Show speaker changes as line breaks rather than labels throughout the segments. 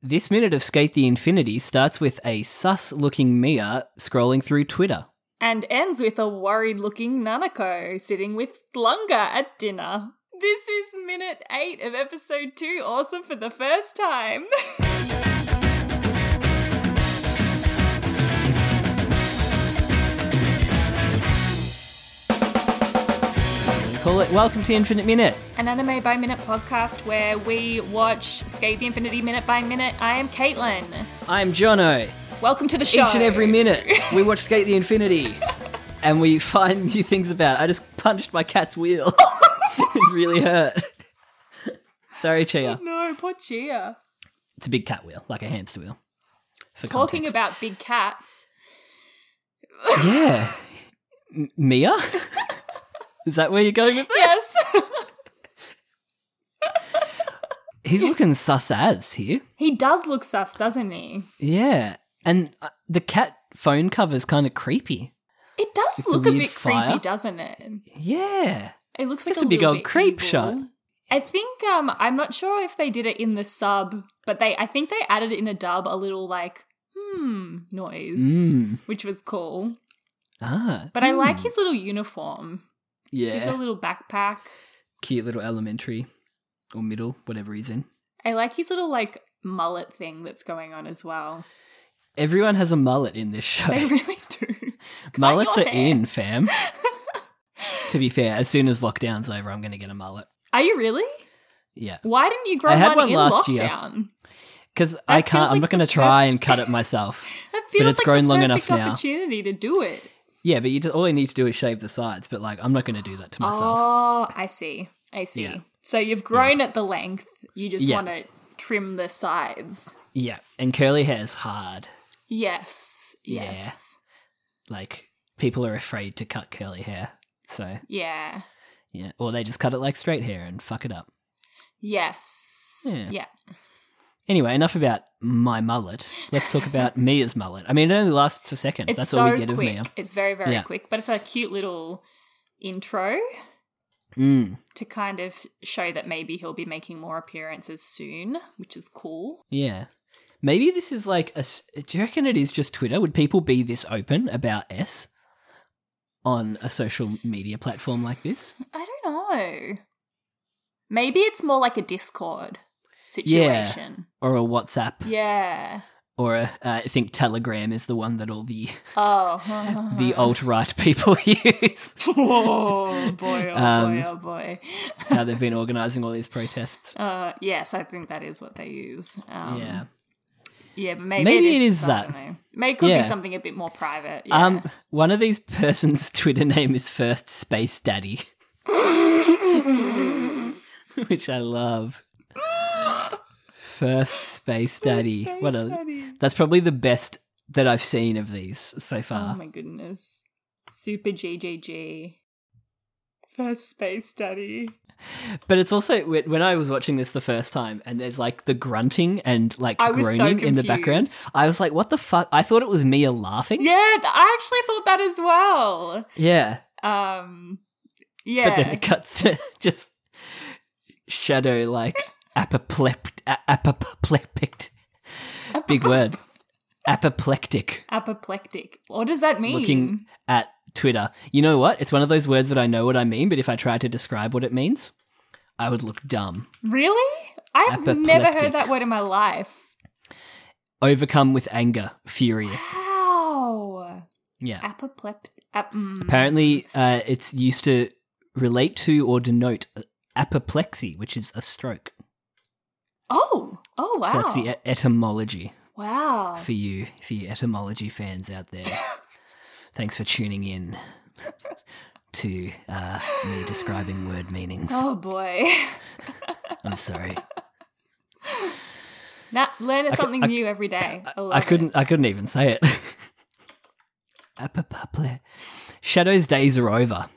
This minute of Skate the Infinity starts with a sus looking Mia scrolling through Twitter.
and ends with a worried looking Nanako sitting with Lunga at dinner. This is minute 8 of episode 2, awesome for the first time.
Call it Welcome to Infinite Minute.
An anime by minute podcast where we watch Skate the Infinity minute by minute. I am Caitlin.
I'm Jono.
Welcome to the show.
Each and every minute, we watch Skate the Infinity and we find new things about. it. I just punched my cat's wheel. it really hurt. Sorry, Chia.
No, poor cheer.
It's a big cat wheel, like a hamster wheel. For
Talking
context.
about big cats.
Yeah. M- Mia? Is that where you're going with that?
Yes.
He's looking sus as here.
he does look sus, doesn't he?
Yeah. And uh, the cat phone cover's kind of creepy.
It does
the
look a
weird
bit
fire.
creepy, doesn't it?
Yeah.
It looks
Just
like
a big
little
old
bit
creep
evil.
shot.
I think um I'm not sure if they did it in the sub, but they I think they added in a dub a little like hmm noise,
Mm.
which was cool.
Ah.
But I like his little uniform. His
Yeah.
little, little backpack.
Cute little elementary or middle, whatever he's in.
I like his little like mullet thing that's going on as well.
Everyone has a mullet in this show.
They really do.
Mullets are
your hair.
in, fam. to be fair, as soon as lockdown's over, I'm going to get a mullet.
Are you really?
Yeah.
Why didn't you grow
I had
one,
one
in
last year.
lockdown?
Because I
feels
can't, I'm not
like the
going to try and cut it myself.
That feels
it's
like
grown
the
long
perfect
enough now.
opportunity to do it.
yeah, but you just, all you need to do is shave the sides, but like, I'm not going to do that to myself.
Oh, I see. I see.
Yeah.
So you've grown at the length. You just
Yeah.
want to trim the sides.
Yeah. And curly hair's hard.
Yes.
Yeah.
Yes.
Like, people are afraid to cut curly hair. So,
Yeah.
yeah. Or they just cut it like straight hair and fuck it up.
Yes.
Yeah.
Yeah.
Anyway, enough about my mullet. Let's talk about Mia's mullet. I mean, it only lasts a second.
It's
That's
so
all we get
quick.
of
It's very very
Yeah.
quick, but it's a cute little intro
Mia. Mm.
to kind of show that maybe he'll be making more appearances soon, which is cool.
Yeah. Maybe this is like a. s- Do you reckon it is just Twitter? Would people be this open about S on a social media platform like this?
I don't know. Maybe it's more like a Discord situation.
Or a WhatsApp?
Yeah.
Or a, uh, I think Telegram is the one that all the,
Oh.
the alt right people use.
oh boy, oh
Um,
boy, oh boy.
How they've been organising all these protests.
Uh, yes, I think that is what they use. Um,
yeah.
yeah, but maybe,
Maybe
it
it
is,
is
I don't
that.
know. Maybe it could
Yeah.
be something a bit more private.
Um, one of these person's Twitter name is First Space Daddy, which I love. First Space Daddy. what a That's probably the best that I've seen of these so
Oh
far.
my goodness, super GGG. First space daddy.
but it's also wh- when I was watching this the first time, and there's like the grunting and like
I was so
groaning in the background.
confused.
I was like, "What the fuck?" I thought it was Mia laughing.
Yeah, th- I actually thought that as well.
Yeah.
Um, yeah,
But then it cuts to just shadow like apoplept- a- apoplectic. Big word. Apoplectic.
apoplectic. What does that mean?
Looking at Twitter. You know what? It's one of those words that I know what I mean, but if I tried to describe what it means, I would look dumb.
Really? I've never
Apoplectic.
heard that word in my life.
overcome with anger, furious.
Wow.
Yeah.
Apoplectic. Ap- mm.
Apparently, uh, it's used to relate to or denote apoplexy, which is a stroke.
Oh. Oh, wow.
So that's the e- etymology
wow.
for you, for you etymology fans out there. Thanks for tuning in to uh, me describing word meanings.
Oh, boy.
I'm sorry.
now, learn something
I-
new every day. I, love
I couldn't. I couldn't even say it. Apople- Shadow's days are over,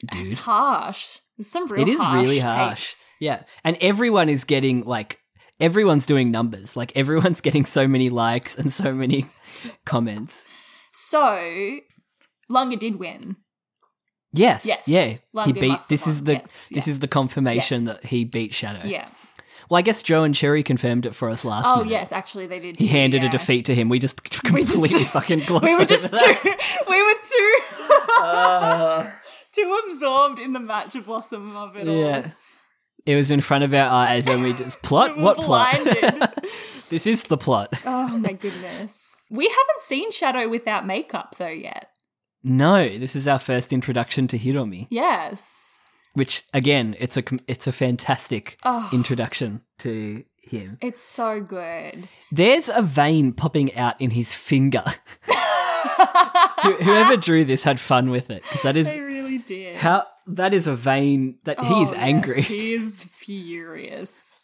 It.
dude.
It's harsh. There's some real
it is
harsh
really harsh
takes.
yeah and everyone is getting like everyone's doing numbers like everyone's getting so many likes and so many comments
So, Lunga did win.
yes
Yes.
yeah
Lung
he
did
beat
must have
this is
won.
the
Yes,
this
yeah.
is the confirmation
Yes.
that he beat shadow
Yeah.
Well, I guess Joe and Cherry confirmed it for us last.
Oh
minute.
yes, actually they did.
He
too,
handed
yeah.
a defeat to him. We just completely fucking glossed
We were
over
just
that.
too. We were too. too absorbed in the matcha blossom of it all.
Yeah. It was in front of our eyes and we just plot
We were
what
blinded.
plot? this is the plot.
oh my goodness. We haven't seen Shadow without makeup though yet.
No, this is our first introduction to Hiromi,
Yes.
which again, it's a com- it's a fantastic
Oh.
introduction to him.
It's so good.
There's a vein popping out in his finger. Who- Whoever drew this had fun with it because that is
They really did.
how that is a vein that he is
Oh, yes,
angry.
he is furious.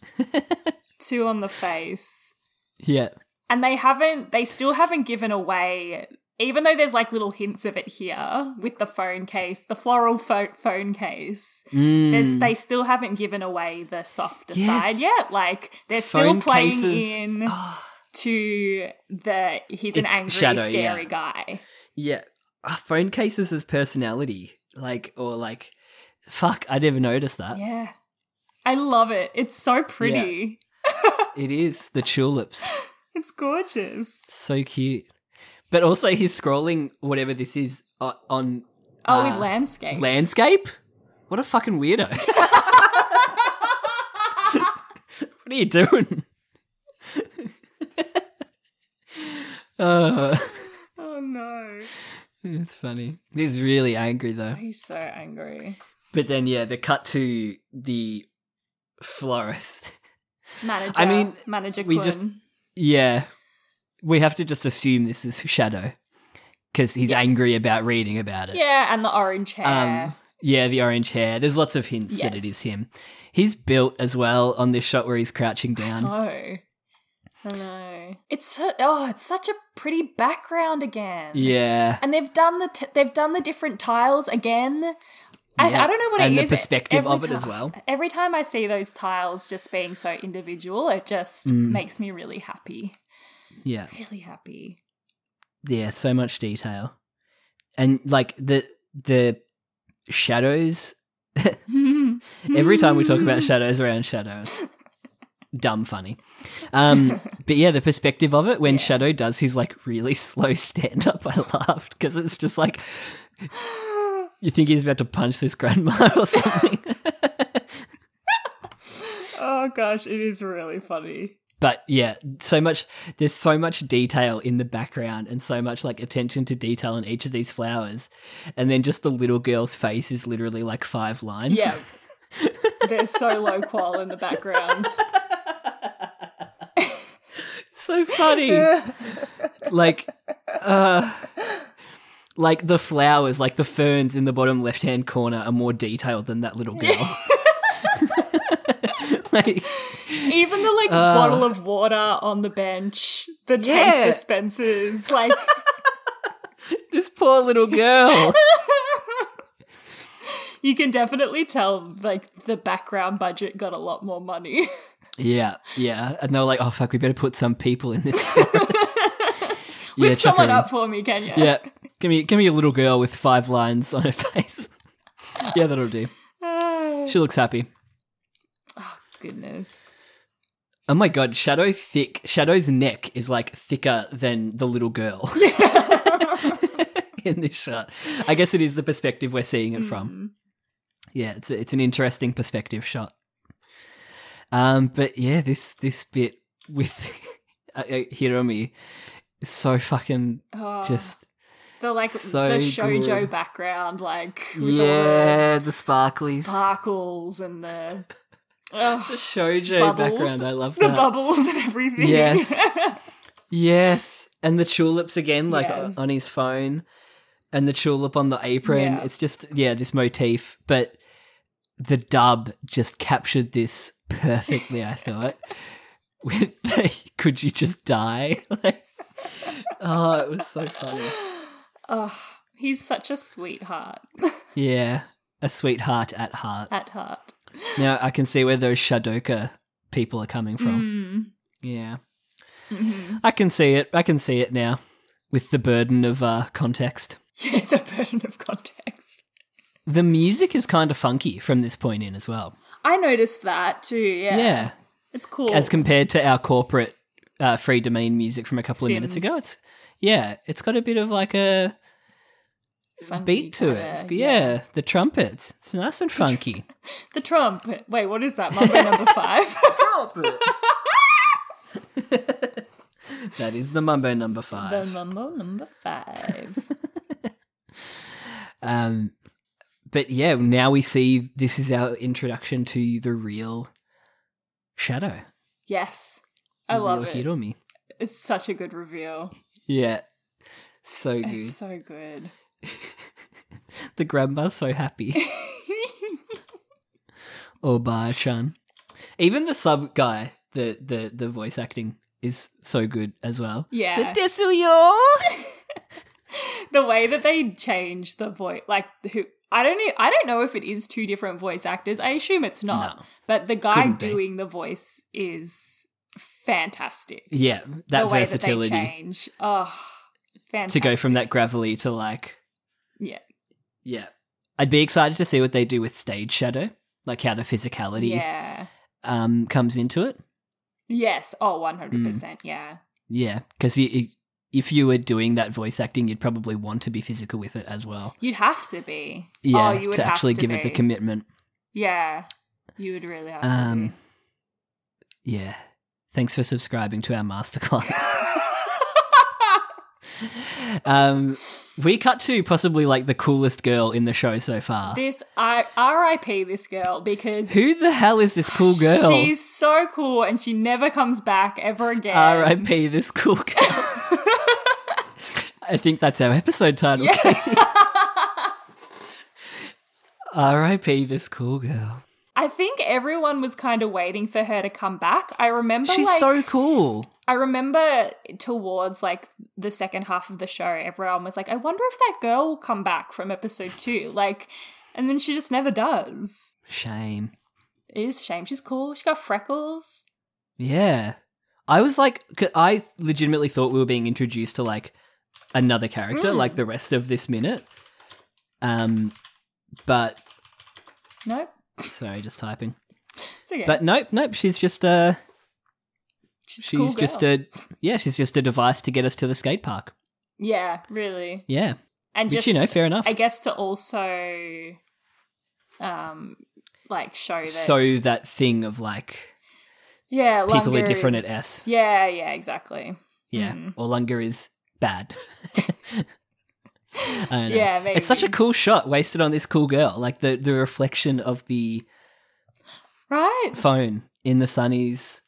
Two on the face.
yeah.
And they haven't, they still haven't given away, even though there's like little hints of it here with the phone case, the floral pho- phone case.
Mm,
There's, they still haven't given away the softer
Hmm. Yes.
side yet. Like they're
Phone
still playing
cases. Ah.
in to the, he's an
It's
angry,
Shadow,
scary
yeah.
guy.
Yeah. Uh, phone cases as personality. Like, or like, fuck, I never noticed that.
Yeah. I love it. It's so pretty.
It is the tulips.
It's gorgeous.
so cute. But also, he's scrolling whatever this is o- on
Oh,
Uh,
with landscape.
landscape? What a fucking weirdo. what are you doing? uh,
oh no.
it's funny. He's really angry though.
He's so angry.
But then, yeah, the cut to the florist.
Manager.
I mean,
manager.
we
Kun.
just- Yeah. We have to just assume this is Shadow because he's
Yes.
angry about reading about it.
yeah, and the orange hair.
Um, yeah, the orange hair. There's lots of hints that it is
Yes.
him. He's built as well on this shot where he's crouching down.
no, I know. It's so, oh, it's such a pretty background again.
Yeah.
and they've done the t- they've done the different tiles again. I,
Yeah,
I don't know what
and
it
the
is.
perspective
every
of it
ti-
as well.
Every time I see those tiles just being so individual, it just
Mm.
makes me really happy.
Yeah.
Really happy.
Yeah, so much detail. And like the the shadows every time we talk about shadows around shadows. Dumb funny. Um but yeah, the perspective of it when
Yeah.
Shadow does his like really slow stand up, I laughed because it's just like you think he's about to punch this grandma or something.
Oh gosh, it is really funny.
but yeah so much there's so much detail in the background and so much like attention to detail in each of these flowers and then just the little girl's face is literally like five lines
Yeah. They're so low qual in the background.
so funny like uh like the flowers like the ferns in the bottom left hand corner are more detailed than that little girl like
Even the like bottle of water on the bench, the
Uh. Yeah.
tank dispensers, like
this poor little girl
you can definitely tell like the background budget got a lot more money.
yeah yeah and they were like oh fuck we better put some people in this forest
Whip
Yeah, chuck
someone
her in.
up for me, can you?
Yeah. Give me give me a little girl with five lines on her face. yeah, that'll do.
Ah,
She looks happy.
goodness.
Oh my god, Shadow thick Shadow's neck is like thicker than the little girl. In this shot. I guess it is the perspective we're seeing it
Mm-hmm.
from. Yeah, it's a, it's an interesting perspective shot. Um but yeah, this this bit with uh, uh, Hiromi is so fucking
Oh,
just
the like
so
the shojo
good.
background, like with
yeah, the
all the
sparklies.
sparkles and the Ugh,
The shoujo
Bubbles.
background. I love
the
that.
bubbles and everything.
Yes. yes, and the tulips again, like
Yes.
on his phone, and the tulip on the apron.
Yeah.
It's just yeah, this motif, but the dub just captured this perfectly. I thought with the, could you just die? Like, oh, it was so funny.
oh, he's such a sweetheart
Yeah, a sweetheart at heart.
at heart.
Now I can see where those Shadoka people are coming from.
Hmm.
Yeah.
Mm-hmm.
I can see it. I can see it now with the burden of uh, context.
Yeah, the burden of context.
The music is kind of funky from this point in as well.
I noticed that too. Yeah.
Yeah.
It's cool.
as compared to our corporate uh, free domain music from a couple of minutes
Sims.
ago. It's yeah, it's got a bit of like a
Funky
beat to it.
kinda,
It's- yeah. the trumpets. It's nice and funky.
The Trump. Wait, what is that? Mambo number five.
that is the mumbo number
the
five.
Mambo number five.
um, but yeah, now we see this is our introduction to the real shadow.
Yes. I
the
love
real
it.
Hiromi.
It's such a good reveal.
Yeah, so good.
It's so good.
The grandma's so happy. Oba-chan. Even the sub guy, the the the voice acting is so good as well.
Yeah.
The Desuyo.
the way that they change the voice like who I don't know, I don't know if it is two different voice actors. I assume it's not.
No.
But the guy
Couldn't be.
doing the voice is fantastic.
Yeah, that
the way
versatility
that they change. Oh,
to
fantastic.
go from that gravelly to like
Yeah.
yeah. I'd be excited to see what they do with stage shadow, like how the physicality
Yeah.
um comes into it.
Yes. Oh,
Mm.
100%. Yeah.
Yeah, because if you were doing that voice acting, you'd probably want to be physical with it as well.
You'd have to be.
Yeah,
oh, you would
to
have
actually
to
give it the
be.
commitment.
Yeah. You would really have to
Um,
be.
yeah. Thanks for subscribing to our masterclass. um, we cut to possibly like the coolest girl in the show so far.
this I R.I.P. this girl because
Who the hell is this cool girl?
she's so cool and she never comes back ever again.
R.I.P.
Um,
This cool girl. I think that's our episode title. Katie. R.I.P. This cool girl.
I think everyone was kind of waiting for her to come back. I remember
She's
like
so cool.
I remember towards like the second half of the show, everyone was like, I wonder if that girl will come back from episode two. Like, and then she just never does.
Shame.
It is a shame. She's cool. She got freckles.
Yeah. I was like, 'cause I legitimately thought we were being introduced to like another character, like
Hmm.
the rest of this minute. Um, but
Nope.
sorry, just typing.
It's okay.
But nope, nope. She's just uh
she's a
she's
cool
just
girl.
a yeah, she's just a device to get us to the skate park.
yeah, really,
Yeah,
and
which
just
you know, fair enough.
I guess to also, um, like show that
so that thing of like,
yeah,
people are
Lunga
different at
is-
S.
Yeah, yeah, exactly.
yeah,
Mm.
or Olunga is bad. I don't know.
Yeah, maybe
It's such a cool shot wasted on this cool girl. Like the the reflection of the
right.
phone in the sunnies,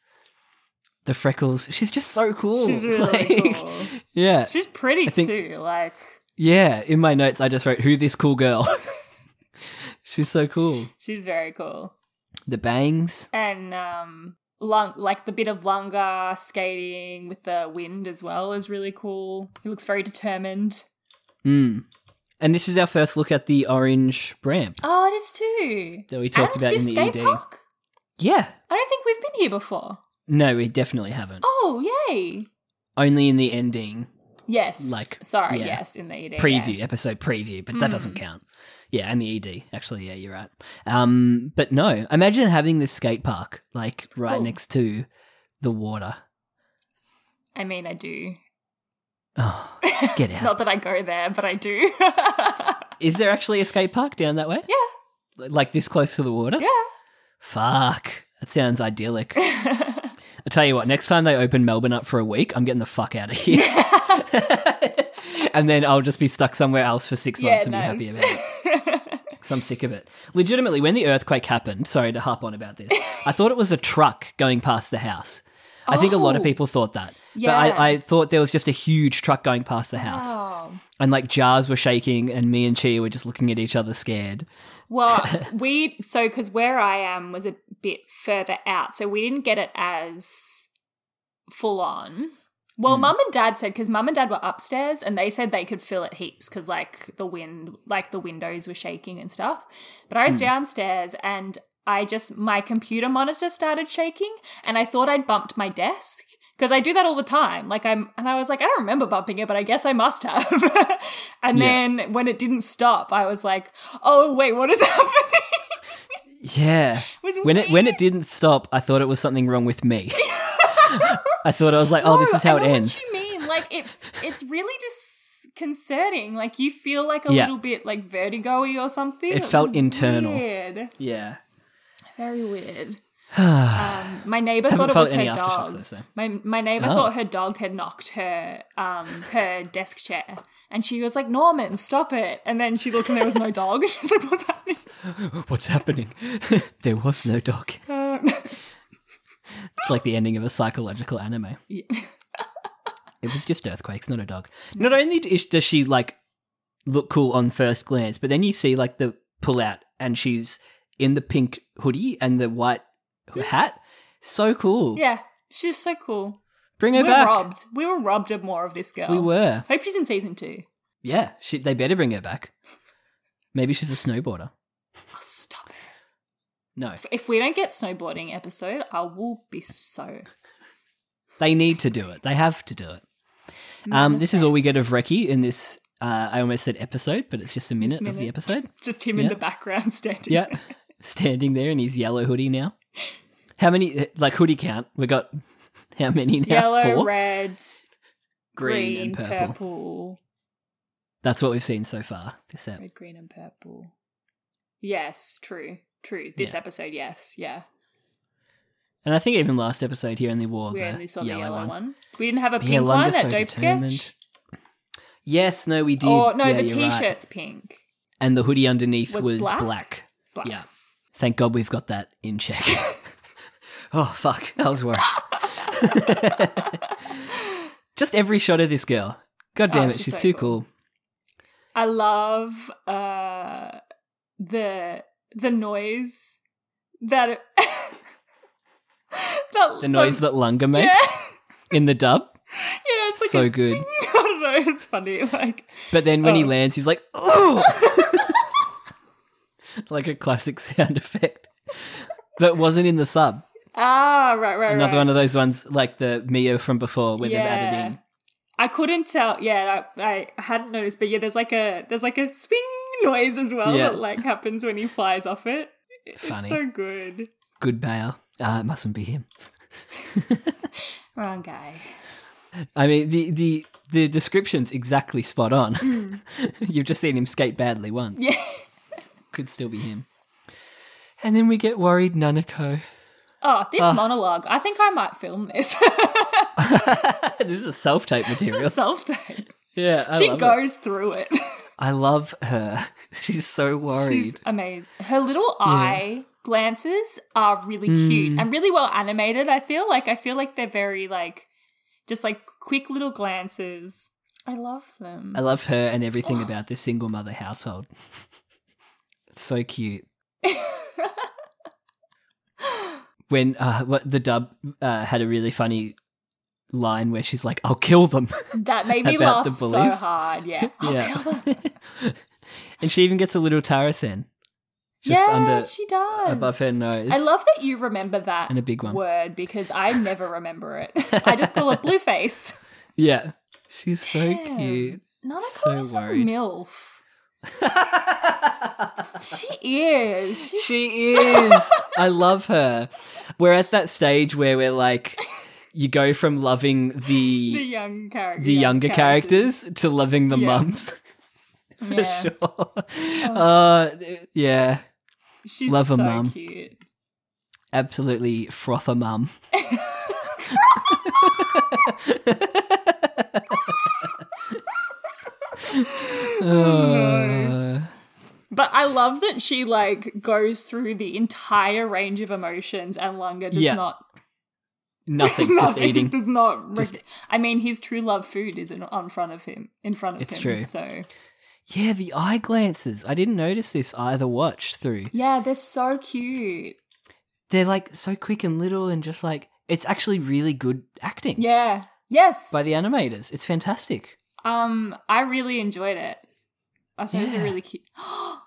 the freckles. She's just so cool.
She's really
Like,
cool.
Yeah,
She's pretty
think-
too. Like
yeah. In my notes, I just wrote who this cool girl. she's so cool.
she's very cool.
The bangs.
and um lung like the bit of lunga skating with the wind as well is really cool he looks very determined
Mm. And this is our first look at the orange ramp
oh it is too
that we talked
and
about
this
in the E
skate
ED.
park
Yeah.
i don't think we've been here before
No, we definitely haven't.
oh yay
Only in the ending
yes
Like,
sorry
yeah.
yes in the ed
preview
yeah.
episode preview, but that doesn't
Mm.
count. Yeah, and the ED actually. Yeah, you're right. Um, but no, imagine having this skate park like right
cool.
next to the water.
i mean i do
Oh, get out!
not that i go there but i do
Is there actually a skate park down that way? Yeah, like this close to the water. Fuck, that sounds idyllic. I
yeah
tell you what, next time they open Melbourne up for a week, I'm getting the fuck out of here. and then I'll just be stuck somewhere else for six
yeah
months and be happy
nice
about it. because I'm sick of it. Legitimately, when the earthquake happened, sorry to harp on about this, I thought it was a truck going past the house. I think a lot of
Oh.
people thought that. But
Yeah. Oh.
I, I thought there was just a huge truck going past the house.
wow
And like jars were shaking, and me and Chi were just looking at each other scared.
Well, we so because where I am was a bit further out, so we didn't get it as full on. Well,
Hmm.
mum and dad said because mum and dad were upstairs and they said they could feel it heaps because like the wind, like the windows were shaking and stuff. But I was
Hmm.
downstairs and I just my computer monitor started shaking and I thought I'd bumped my desk because I do that all the time. Like I'm and I was like I don't remember bumping it, but I guess I must have. and
Yeah.
then when it didn't stop, I was like, oh wait, what is happening?
Yeah.
Was
When it when it
weird.
didn't stop, I thought it was something wrong with me. I thought I was like, oh, this
No,
is how
I
it
know
ends.
What you mean? Like it, it's really disconcerting. Like you feel like a
Yeah.
little bit like vertigo-y or something.
It
was
felt internal.
Weird.
Yeah.
Very weird. um, my neighbor
Haven't
thought it
felt
was
any
her
aftershocks,
dog.
though, so.
My my neighbor
Oh.
thought her dog had knocked her um her desk chair, and she was like, "Norman, stop it!" And then she looked, and there was no dog. She was like, "What's happening?"
What's happening? there was no dog.
Um,
It's like the ending of a psychological anime. It was just earthquakes, not a dog. Not only is- does she like look cool on first glance, but then you see like the pull out and she's in the pink hoodie and the white hat. So cool.
yeah, she's so cool.
Bring her
We were
back.
robbed. We were robbed of more of this girl.
We were.
Hope she's in season two.
Yeah, she, they better bring her back. Maybe she's a snowboarder.
Oh, stop it.
No,
If we don't get snowboarding episode, I will be so.
they need to do it. They have to do it. Um, this is all we get of Reki in this. Uh, I almost said episode, but it's just a minute, of the
minute.
episode.
Just him in
Yeah.
the background standing.
Yeah, standing there in his yellow hoodie now. How many? Like hoodie count? We got how many now?
Yellow,
Four,
red,
green, and purple.
purple.
That's what we've seen so far. This app.
Red, green, and purple. Yes, true, true. This
Yeah.
episode, yes, yeah.
And I think even last episode he only wore
We
the
only saw
yellow,
the yellow one.
one.
We didn't have a
Yeah,
pink one
Lunda's
at
so
Dope
determined.
Sketch.
Yes, no, we did.
Or no,
Yeah,
the
you're right.
t-shirt's pink.
and the hoodie underneath was,
Was black?
black.
Black.
Yeah. Thank God we've got that in check. oh fuck, I was worried. Just every shot of this girl. God damn
Oh,
it, she's,
she's so
too
cool.
cool.
I love uh the the noise that it- that
The noise that Lunga
yeah,
makes
yeah,
in the dub,
it's like
so
a
good.
ting. I don't know, it's funny. Like
But then when he
Oh.
lands, he's like, "Oh!" like a classic sound effect that wasn't in the sub.
ah, right, right,
Another
right.
one of those ones like the Mio from before, where they've added in
I couldn't tell. Yeah, I, I hadn't noticed, but yeah, there's like a there's like a swing noise as well
Yeah.
that like happens when he flies off it. It's
Funny.
so good.
good Bayer. Ah, it mustn't be him.
Wrong guy.
I mean, the the the description's exactly spot on. You've just seen him skate badly once.
Hmm. Yeah.
Could still be him. And then we get worried Nanako.
Oh, this
Ah.
monologue. I think I might film this.
this is a self tape material.
Self tape.
yeah, I
She
love it.
goes through it.
I love her. She's so worried.
She's amazing. Her little eye glances are really
Hmm.
cute and really well animated. I feel like I feel like they're very like just like quick little glances. I love them.
I love her and everything about this single mother household. It's so cute. when uh, what the dub uh, had a really funny line where she's like, "I'll kill them."
That made me
About
laugh
the
so
bullies.
hard. Yeah. Oh, I'll kill them.
and she even gets a little Tarasen just
yes,
under
she does.
above her nose.
I love that you remember that
And a big one.
word because I never remember it. I just call it blue face.
yeah, she's so
Damn.
cute.
Nanako
So
is
worried.
a milf. she is. She's
She is. I love her. We're at that stage where we're like, you go from loving the
the young character.
the younger characters, to loving the
Yeah.
mums for
Yeah. Oh.
sure. Uh, yeah,
She's
Love
so
a mum.
cute.
absolutely froth a mum.
Oh,
Uh,
But I love that she like goes through the entire range of emotions and Lunga does
Yeah.
not
nothing, just
nothing,
eating.
does not reg-
Just-
I mean his true love food is in on front of him in front of
It's
him.
true.
So
Yeah, the eye glances. I didn't notice this either. Watch through.
yeah, they're so cute.
They're like so quick and little, and just like it's actually really good acting
Yeah. Yes.
by the animators. It's fantastic.
um I really enjoyed it. I thought it was
Yeah.
a really cute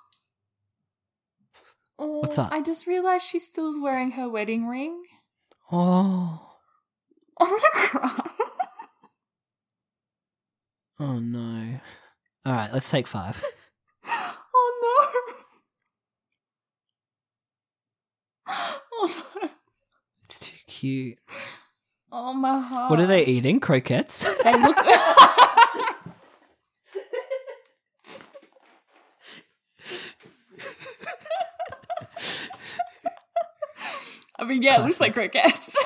Oh,
What's that?
I just realized she still is wearing her wedding ring.
Oh,
I'm gonna cry.
oh no. All right, let's take five.
oh no.
cute.
Oh my heart.
What are they eating? Croquettes?
They look. I mean, yeah, it looks like crickets.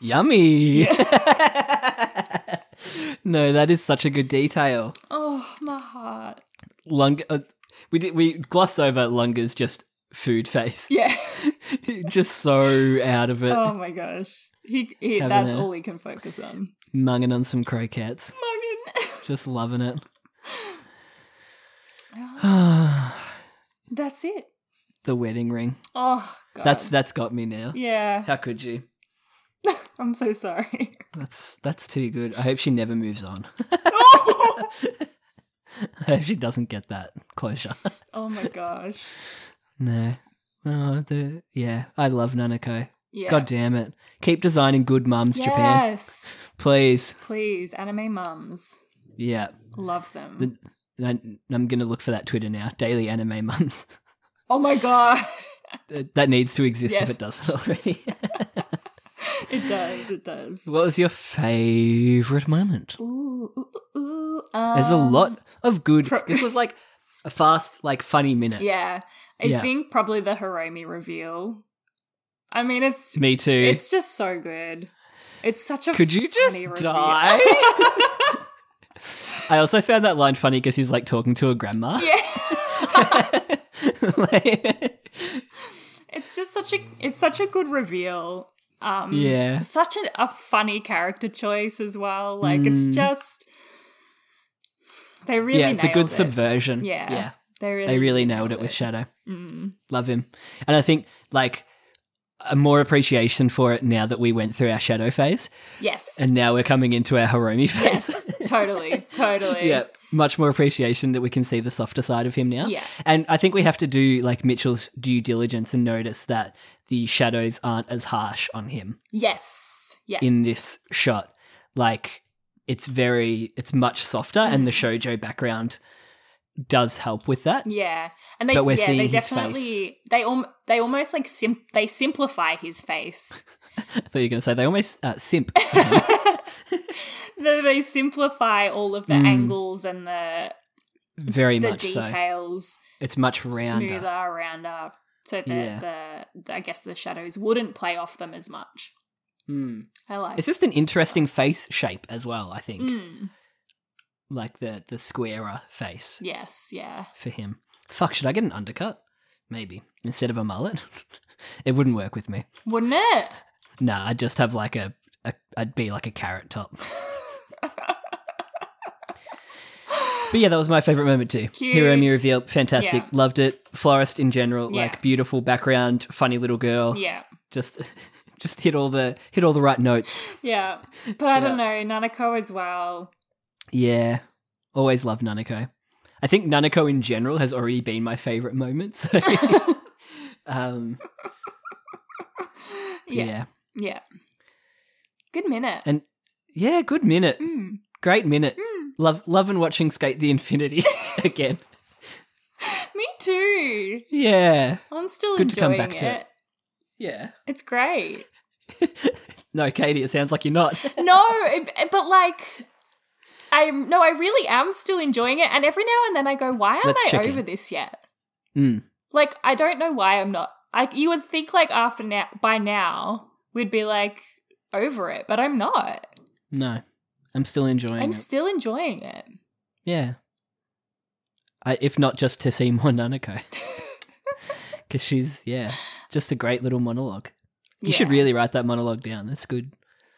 Yummy. no, that is such a good detail.
oh, my heart.
Lung uh, we did, we glossed over Lunga's just food face.
Yeah.
just so out of it.
Oh my gosh. He, he
Having
that's
a-
all he can focus on.
Munging on some croquettes.
Mugging.
Just loving it.
That's it.
the wedding ring.
Oh god.
That's that's got me now.
yeah.
How could you?
I'm so sorry.
That's that's too good. I hope she never moves on. I hope she doesn't get that closure.
Oh my gosh.
no. Oh, the yeah, I love Nanako.
Yeah.
God damn it. Keep designing good mums, Japan.
Yes.
Please.
Please, anime mums.
Yeah.
Love them.
And I, am going to look for that Twitter now. Daily anime mums.
oh my god.
That that needs to exist if
Yes.
it doesn't already.
It does. It does.
what was your favorite moment?
Ooh, ooh, ooh, ooh. Um,
There's a lot of good.
pro-
this was like a fast, like funny minute.
Yeah. I
Yeah.
think probably the Hiromi reveal. I mean, it's
Me too.
it's just so good. It's such a
Could you just
funny reveal.
die? I also found that line funny because he's like talking to a grandma.
Yeah.
Like-
It's just such a it's such a good reveal. Um
yeah.
such a, a funny character choice as well. Like it's just they really
Mm. yeah, it's a good
nailed it.
subversion.
Yeah.
Yeah.
They really Mm.
They really nailed it with Shadow. Love him. And I think like a more appreciation for it now that we went through our Shadow phase
Yes.
and now we're coming into our Hiromi phase.
yes. totally. Totally.
Yeah, much more appreciation that we can see the softer side of him now.
Yeah.
And I think we have to do like Mitchell's due diligence and notice that the shadows aren't as harsh on him
Yes. Yeah.
in this shot. Like it's very it's much softer and the shojo background does help with that.
Mm-hmm. yeah. And they
But we're
yeah,
seeing
they
his
definitely they al- they almost like sim- they simplify his face.
I thought you were going to say they almost uh, simp.
they, they simplify all of the angles and the
very
the
Mm. much so.
details.
It's much rounder.
smoother, rounder, so that the, the I guess the shadows wouldn't play off them as much.
Mm.
I like.
It's just an interesting face shape as well, I think.
Mm,
Like the the squarer face.
yes, yeah.
for him. Fuck, should I get an undercut? Maybe. Instead of a mullet? it wouldn't work with me.
Wouldn't it?
Nah, I'd just have like a, a I'd be like a carrot top. but yeah, that was my favourite moment too.
Cute.
Hiromi reveal, fantastic.
Yeah.
Loved it. Florist in general,
Yeah.
like beautiful background, funny little girl.
Yeah,
Just just hit all the hit all the right notes.
yeah. But I don't know Nanako as well.
Yeah. Always love Nanako. I think Nanako in general has already been my favourite moment. So um
Yeah, yeah.
yeah.
Good minute.
And yeah, good minute.
Mm.
Great minute. Love loving watching Skate the Infinity again.
Me too.
Yeah.
I'm still
Good to come
enjoying
back to
it.
it. Yeah.
It's great.
No, Katie, it sounds like you're not.
no, it- it- but like. I'm no, I really am still enjoying it, and every now and then I go, "Why aren't
Let's
I
check in.
over this yet?"
Mm.
Like, I don't know why I'm not. Like, you would think like after now, by now, we'd be like over it, but I'm not.
No. I'm still enjoying
I'm
it.
still enjoying it.
yeah. I, if not just to see more Nanako. Because she's, yeah, just a great little monologue. You should
Yeah.
really write that monologue down. That's good,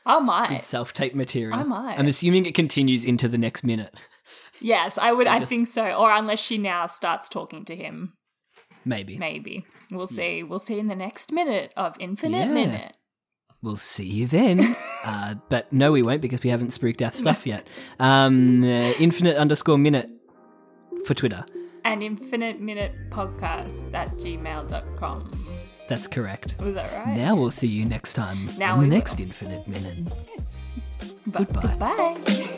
I
good
might.
self tape material.
I might.
I'm assuming it continues into the next minute.
Yes, I would. I
just-
think so. Or unless she now starts talking to him,
Maybe.
maybe we'll see. We'll see in the next minute of Infinite
Yeah.
Minute.
We'll see you then. uh, but no, we won't because we haven't spooked our stuff yet. Um, uh, infinite underscore minute for Twitter.
And Infinite Minute Podcast at gmail.com.
That's correct.
Was that right?
Now we'll see you next time
Now
on the
we
next
will.
Infinite Minute.
Bu-
goodbye.
Goodbye.